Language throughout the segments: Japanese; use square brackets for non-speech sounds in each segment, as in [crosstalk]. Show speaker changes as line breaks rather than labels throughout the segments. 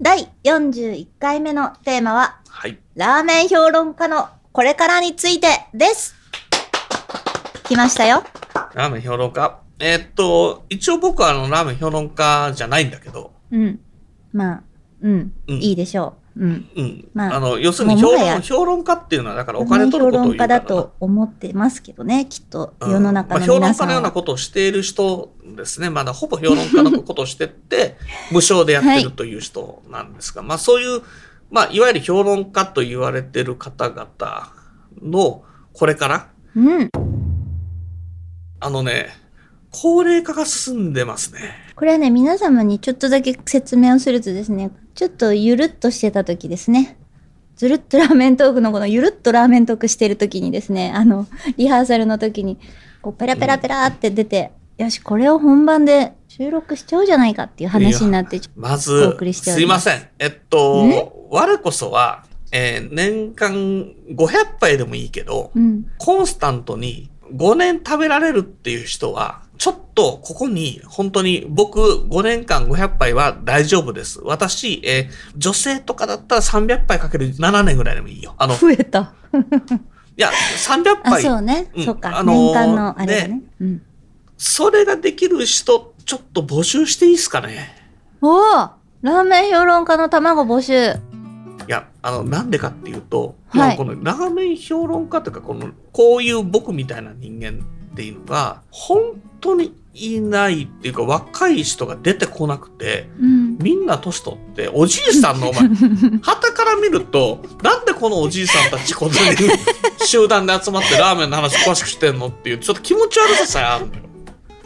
第41回目のテーマは
はい
ラーメン評論家のこれからについてです。来ましたよ。
ラーメン評論家えーっと一応僕はあのラーメン評論家じゃないんだけど
うん。まあ、うん。
うん
いいでしょう。うん。
うん、
まあ
あの要するに評
もはや
論評論家っていうのはだからお金取ることを
評
言う
論
から
家
な
だと思ってますけどね、きっと世
うん
の中の
まあ、
皆
評論家
さん
のような
は。
ことをしている人ですね。まだほぼ評論家のことをして
[laughs]
って、無償でやってるという人なんですが、まあそういう、まあいわゆる評論家と言われてる方々のこれから、
うん。
あのね、高齢化が進んでますね。
これはね、皆様にちょっとだけ説明をするとですね、ちょっとゆるっとしてた時ですね。ずるっとラーメントークのこのゆるっとラーメントークしてる時にですね、あの、リハーサルの時に、こう、ペラペラペラって出て、よし、これを本番で収録しちゃおうじゃないかっていう話になって、
ま
お
ず
送、りしてお
す
り
い
ま
ますせん。えっと、我こそは、えー年間500杯でもいいけど、
うん。
コンスタントに5年食べられるっていう人は、ちょっとここに本当に僕5年間500杯は大丈夫です。私、えー女性とかだったら300杯かける7年ぐらいでもいいよ。あ
[laughs]
の、い
増えた。
や、300
あ、
杯、
そうね。
うん
そっか。
あのー
年間のあれだね。うん。
それができる人、ちょっと募集していいですかね。
おーラーメン評論家の卵募集。
いや、あの、なんでかっていうと、
は
今
い
このラーメン評論家というか、この、こういう僕みたいな人間っていうのが、本当にいないっていうか、若い人が出てこなくて、
[laughs] うん。
みんな年取って、おじいさんのお
[laughs]
前、旗から見ると、なんでこのおじいさんたちこんなに集団で集まってラーメンの話詳しくしてんのっていう、ちょっと気持ち悪ささえあるのよ。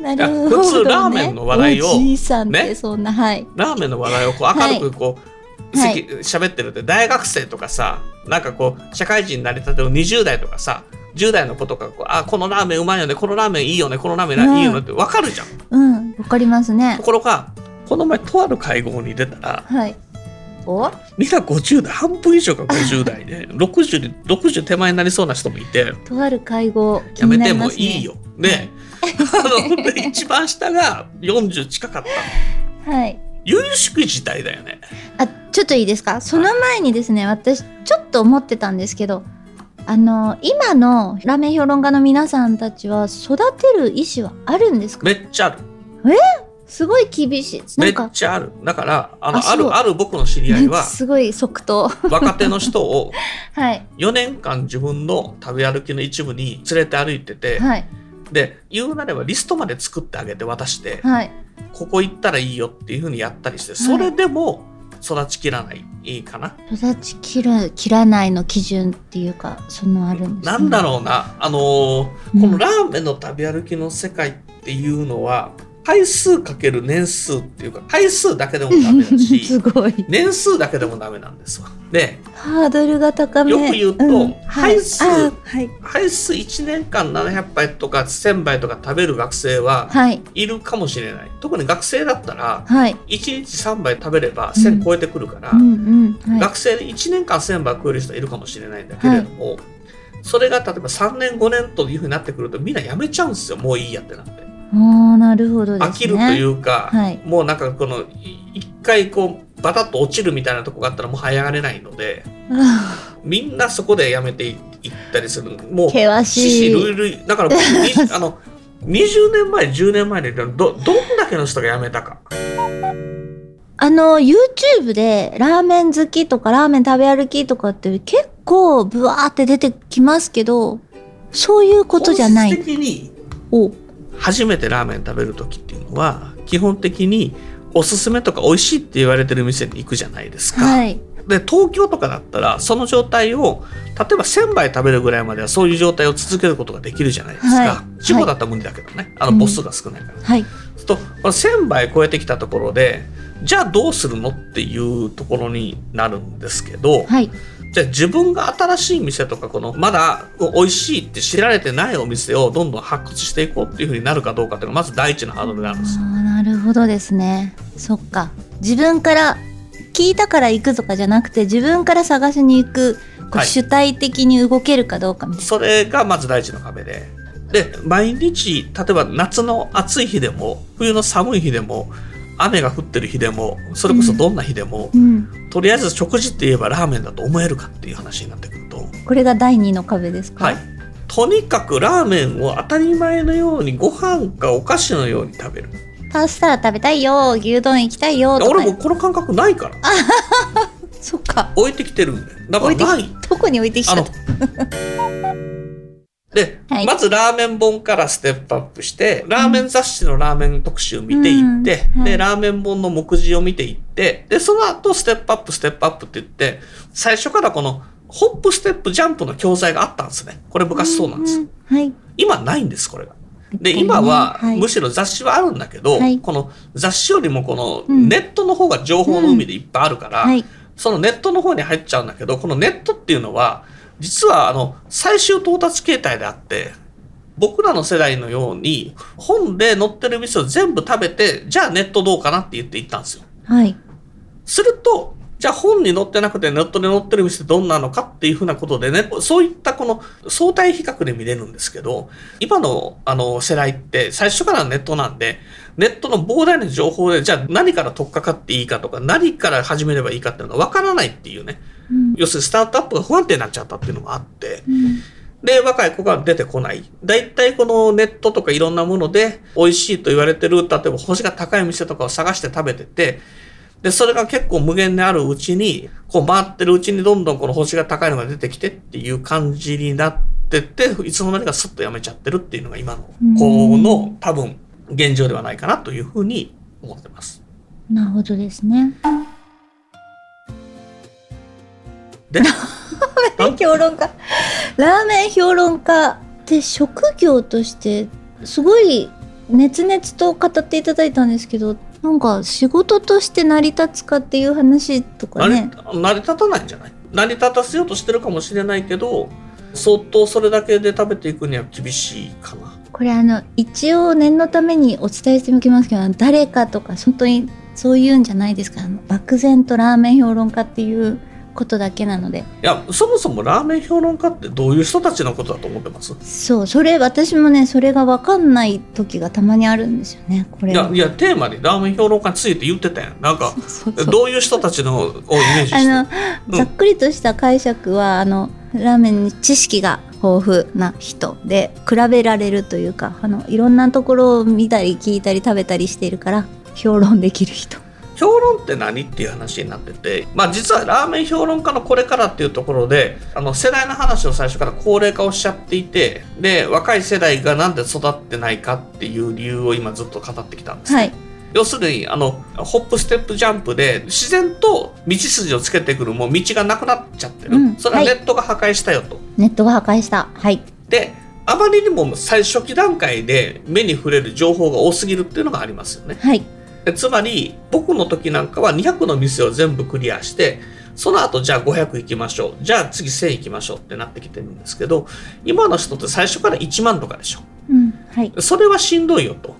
なるほど、ね。
普通ラーメンの話題を
おじいさんって
ね
そんな、はい。
ラーメンの話題をこう明るくこう、
はい
席喋ってるって、大学生とかさ、なんかこう、社会人になりたての20代とかさ、10代の子とかこう、あ、このラーメンうまいよね、このラーメンいいよね、このラーメンいいよねってわかるじゃん。
うん。わかりますね
と。ころが、この前とある会合に出たら、
はい。お
みんな50代、半分以上が50代で、60に、60手前になりそうな人もいて、
とある会合、気
や
に
め
なり
て
ま
も
すね。
いい。よ。ね。あの、で一番下が40近かった。
はい。
由々自体だよね。
あ、ちょっといいですかその前にですね、私、ちょっと思ってたんですけど、あの、今のラーメン評論家の皆さんたちは、育てる意思はあるんですか
めっちゃある。
すごい厳しいです。な
め
ん
っ
か、
ちゃある。だから、あの、
あ
あ
そう
る、ある僕の知り合い
[laughs]
は、
すごい即答。
若手の人を
はい。
4年間自分の食べ歩きの一部に連れて歩いてて、
はい。
で、言うなればリストまで作ってあげて渡して、
はい。
ここ行ったらいいよっていうふうにやったりして、それでも育ちきらない、いいかな。
育ち切る、切らないの基準っていうか、そのあるんです、
なんだ
ろ
ろうな、あのー
うん
このラーメンの食べ歩きの世界っていうのは、回数かける年数っていうか、回数だけでもダメだ
[laughs] す
し、
ごい。
年数だけでもダメなんですわ。で、
ハードルが高め。
よく言うと
ん
配数
あはい。
回数1年間700杯とか1000杯とか食べる学生は
はい。
いるかもしれない。特に学生だったら、
はい。
1日3杯食べれば
うん
1000超えてくるから、
うんうん。はい。
学生で1年間1000杯超える人はいるかもしれないんだけれども、それが例えば3年5年というふうになってくるとみんなやめちゃうんですよ。もういいやってなって。
ああ、なるほどです
飽
ね。
きるというか、
はい
もうなんかこのい一回こうバタッと落ちるみたいなとこがあったらもう早上がれないので
あ
みんなそこでやめていいったりするもう
険しい。
類類だから
[laughs]
僕にあの20年前10年前でどどんだけの人が辞めたか
あの、YouTube でラーメン好きとかラーメン食べ歩きとかって結構ブワーって出てきますけど、そういうことじゃな
本
い。
質的に
お
初めてラーメン食べる時っていうのは基本的におすすめとか美味しいって言われてる店に行くじゃないですか、
はい。
で東京とかだったらその状態を例えば1,000杯食べるぐらいまではそういう状態を続けることができるじゃないですか、
はい
地方だったら無理だけどね、あ
うん
の母数が少ないから、
はい。
そうするとこの1,000杯超えてきたところでじゃあどうするのっていうところになるんですけど、
はい。
じゃあ自分が新しい店とかこのまだ美味しいって知られてないお店をどんどん発掘していこうっていうふうになるかどうかっていうのがまず第一のハードルになるんです
あーなるほどですね。そっか。自分から聞いたから行くとかじゃなくて自分から探しに行くこう
はい
主体的に動けるかどうかみたい
それがまず第一の壁で。で、毎日、例えば夏の暑い日でも、冬の寒い日でも、雨が降ってる日でも、それこそどんな日でも、
な。うん。
とりあえず食事って言えばラーメンだと思えるかっていう話になってくると、
これが第二の壁ですか。
はい。とにかくラーメンを当たり前のようにご飯かお菓子のように食べる。
パスタ食べたいよ、牛丼行きたいよとか。
俺もこの感覚ないから。
そっか。
置いてきてるんだよ。だか
置
ら
いて
ない。
どこに置いてき
あ
た
の
[laughs] と。、
で、
はい
まずラーメン本からステップアップして、ラーメン雑誌のラーメン特集見ていって、
うんはい
で、ラーメン本の目次を見ていって、で、その後ステップアップ、ステップアップって言って、最初からこの、ホップ、ステップ、ジャンプの教材があったんですね。これ昔そうなんです。
ううはい。
今ないんです、これが。で、
うん
今は
は、い
むしろ雑誌はあるんだけど、
はい
この雑誌よりもこの
うん
ネットの方が情報の海でいっぱいあるから、
はい。
そのネットの方に入っちゃうんだけど、このネットっていうのは、実はあの、最終到達形態であって、僕らの世代のように、本で載ってる店を全部食べて、じゃあネットどうかなって言って行ったんですよ。
はい。
すると、じゃあ本に載ってなくてネットで載ってる店どんなのかっていうふうなことでね、そういったこの相対比較で見れるんですけど、今のあの世代って最初からネットなんで、ネットの膨大な情報で、じゃあ何から取っかかっていいかとか、何から始めればいいかっていうのがわからないっていうね。
うん
要するにスタートアップが不安定になっちゃったっていうのもあって、
うん
で、若い子が出てこない。だいたいこのネットとかいろんなもので、美味しいと言われてる、例えば星が高い店とかを探して食べてて、で、それが結構無限にあるうちに、こう回ってるうちにどんどんこの星が高いのが出てきてっていう感じになってって、いつの間にかスッとやめちゃってるっていうのが今の
うん
子の多分現状ではないかなというふうに思ってます。
なるほどですね。 [laughs]
で、
ラーメン評論家ラーメン評論家って職業としてすごい熱々と語っていただいたんですけどなんか仕事として成り立つかっていう話とかね
成り成り立たないんじゃない成り立たせようとしてるかもしれないけど相当それだけで食べていくには厳しいかな
これあの一応念のためにお伝えしておきますけど誰かとか本当にそういうんじゃないですからあの漠然とラーメン評論家っていうことだけなので
いやそもそもラーメン評論家ってどういう人たちのことだと思ってます
そうそれ私もねそれが分かんない時がたまにあるんですよねこ
い
れ
やいやテーマにラーメン評論家について言ってたやんなんか
そうそう
どういう人たちのをイメージして
あの
る、うん
ざっくりとした解釈はあのラーメンに知識が豊富な人で比べられるというかあのいろんなところを見たり聞いたり食べたりしているから評論できる人
評論って何っていう話になっててまあ実はラーメン評論家のこれからっていうところであの世代の話を最初から高齢化をしちゃっていてで若い世代がなんで育ってないかっていう理由を今ずっと語ってきたんです
はい
要するにあのホップステップジャンプで自然と道筋をつけてくるもう道がなくなっちゃってる、
うん
それは
はい
ネットが破壊したよと、
ネットが破壊したはい
であまりにも最初期段階で目に触れる情報が多すぎるっていうのがありますよね
はい
でつまり僕の時なんかは200の店を全部クリアしてその後じゃあ500行きましょうじゃあ次1000行きましょうってなってきてるんですけど今の人って最初から1万とかでしょ
うんはい
それはしんどいよと。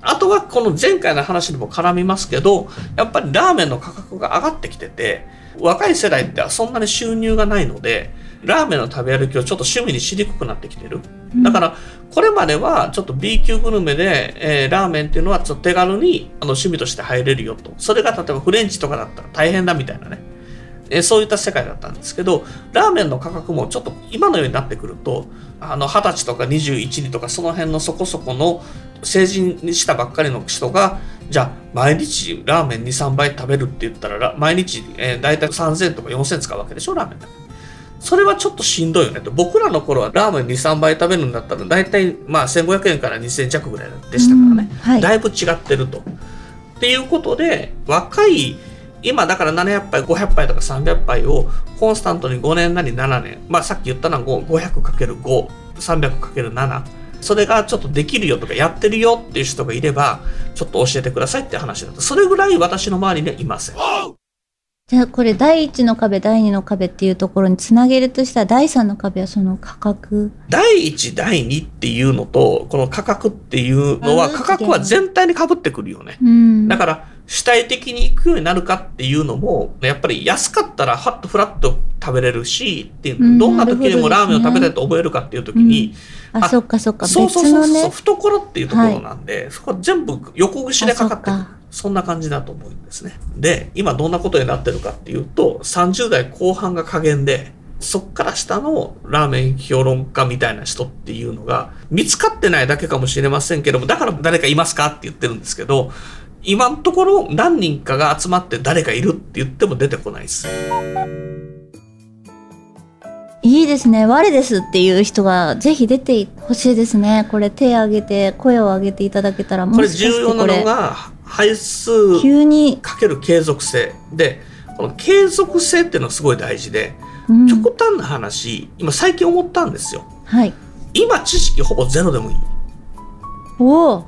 あとはこの前回の話にも絡みますけど、やっぱりラーメンの価格が上がってきてて、若い世代ってそんなに収入がないので、ラーメンの食べ歩きをちょっと趣味にしにくくなってきてる。だから、これまではちょっと B 級グルメで、えーラーメンっていうのはちょっと手軽にあの趣味として入れるよと。それが例えばフレンチとかだったら大変だみたいなね。えーそういった世界だったんですけど、ラーメンの価格もちょっと今のようになってくると、あの、20歳とか21人とかその辺のそこそこの成人にしたばっかりの人が、じゃあ毎日ラーメン2、3杯食べるって言ったら、ら毎日、えー、大体3000とか4000使うわけでしょ、ラーメンだけそれはちょっとしんどいよねと。僕らの頃はラーメン2、3杯食べるんだったら、大体まあ1500円から2000弱ぐらいでしたからね。
うんはい
だいぶ違ってると。っていうことで、若い、今だから700杯、500杯とか300杯をコンスタントに5年なり7年、まあさっき言ったのは 500×5、300×7 それがちょっとできるよとかやってるよっていう人がいれば、ちょっと教えてくださいって話だと、それぐらい私の周りにはいません。
じゃあこれ第一の壁第二の壁っていうところにつなげるとしたら第三の壁はその価格
第一、第二っていうのと、この価格っていうの
あ
は、
ー
価格は全体に被ってくるよね。
うん
だから、主体的に行くようになるかっていうのも、やっぱり安かったら、はっとフラッと食べれるし、っていうう、
ん
どんな時でも
なる
ラーメ
ほどですね
ンを食べたいと思えるかっていう時に、
あ
あ
そっかそっか
そうそうそう
別
そう、
のね
懐っていうところなんで、そこは全部横串でかかって
あ
く
そ
る
っか。
そんな感じだと思うんですね。で、今どんなことになってるかっていうと、30代後半が加減で、そっから下のラーメン評論家みたいな人っていうのが見つかってないだけかもしれませんけども、だから誰かいますかって言ってるんですけど、今のところ何人かが集まって誰かいるって言っても出てこないです。
いいですね我ですっていう人がぜひ出てほしいですねこれ手挙げて声を上げていただけたらも
これ
しかし
重
て
要な
こ
の
れ
が、配数
急に、
かける継続性。で、この継続性っていうのはすごい大事で、
うん
極端な話、今最近思ったんですよ。
はい
今知識ほぼゼロでもいい。
おお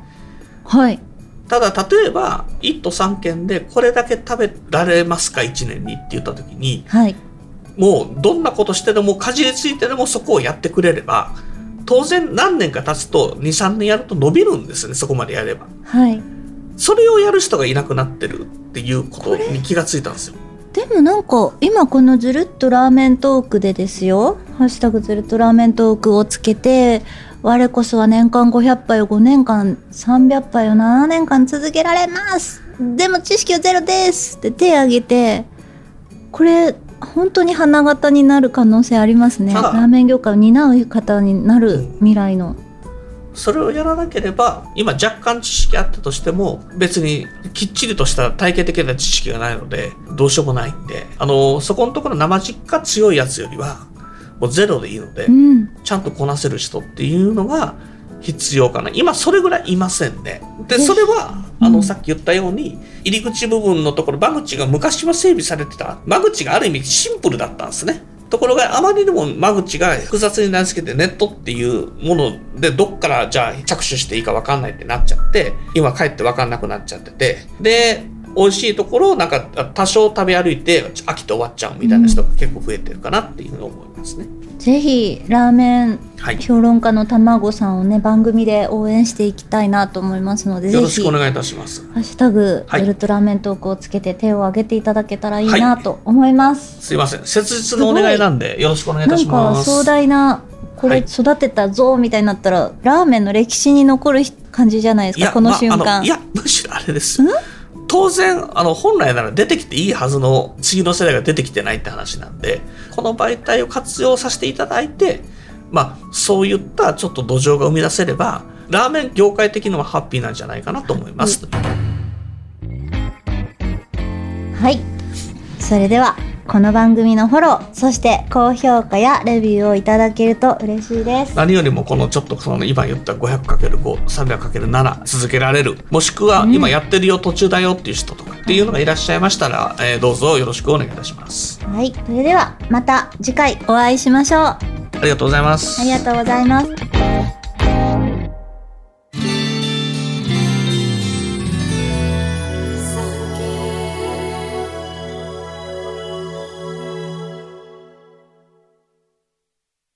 はい
ただ、例えば、1都3県でこれだけ食べられますか、1年にって言った時に、
はい
もうどんなことしてでもかじりついてでもそこをやってくれれば、当然何年か経つと2、3年やると伸びるんですね、そこまでやれば。
はい
それをやる人がいなくなってるっていうことに気がついたんですよ。
でもなんか今このずるっとラーメントークでですよ「ハッシュタグずるっとラーメントーク」をつけて我こそは年間500杯を5年間300杯を7年間続けられますでも知識はゼロですって手挙げてこれ本当に花形になる可能性ありますね
た
ラ
だ
ーメン業界を担う方になる未来の
それをやらなければ今若干知識あったとしても別にきっちりとした体系的な知識がないのでどうしようもないんであのそこのところ生実家強いやつよりはもうゼロでいいので
うん
ちゃんとこなせる人っていうのが必要かな今それぐらいいませんねでそれはあ
う
の
ん
さっき言ったように入り口部分のところ間口が昔は整備されてた間口がある意味シンプルだったんですねところがあまりにも間口が複雑になりすぎてネットっていうものでどっからじゃあ着手していいか分かんないってなっちゃって今帰って分かんなくなっちゃっててで美味しいところをなんか多少食べ歩いて飽きて終わっちゃうみたいな人が結構増えてるかなっていうふうに思いますね。
ぜひラーメン
はい
評論家の卵さんをね番組で応援していきたいなと思いますので
よ
ぜ
ろし
ひ
くお願いいたします。
ハッシュタグ、
はい
ウルトラーメントークをつけて手を挙げていただけたらいいなと思います。
すいません。切実のお願いなんで、よろしくお願いいた
なん
しま
か
す。
壮大な、こ
は
れ
い
育てたぞみたいになったら、ラーメンの歴史に残る感じじゃないです
い
か、
や、
この瞬間。
まああのいや、むしろあれです。当然、あの、本来なら出てきていいはずの次の世代が出てきてないって話なんで、この媒体を活用させていただいて、まあ、そういったちょっと土壌が生み出せれば、ラーメン業界的にはハッピーなんじゃないかなと思います。
はい。それでは、この番組のフォロー、そして高評価やレビューをいただけると嬉しいです。
何よりもこのちょっとその今言った 500×5、300×7 続けられる、もしくは今やってるよ、途中だよっていう人とかっていうのがいらっしゃいましたら、えーどうぞよろしくお願いいたします。
はい。それでは、また次回お会いしましょう。あ
ありがとうございます。
りがとうございます。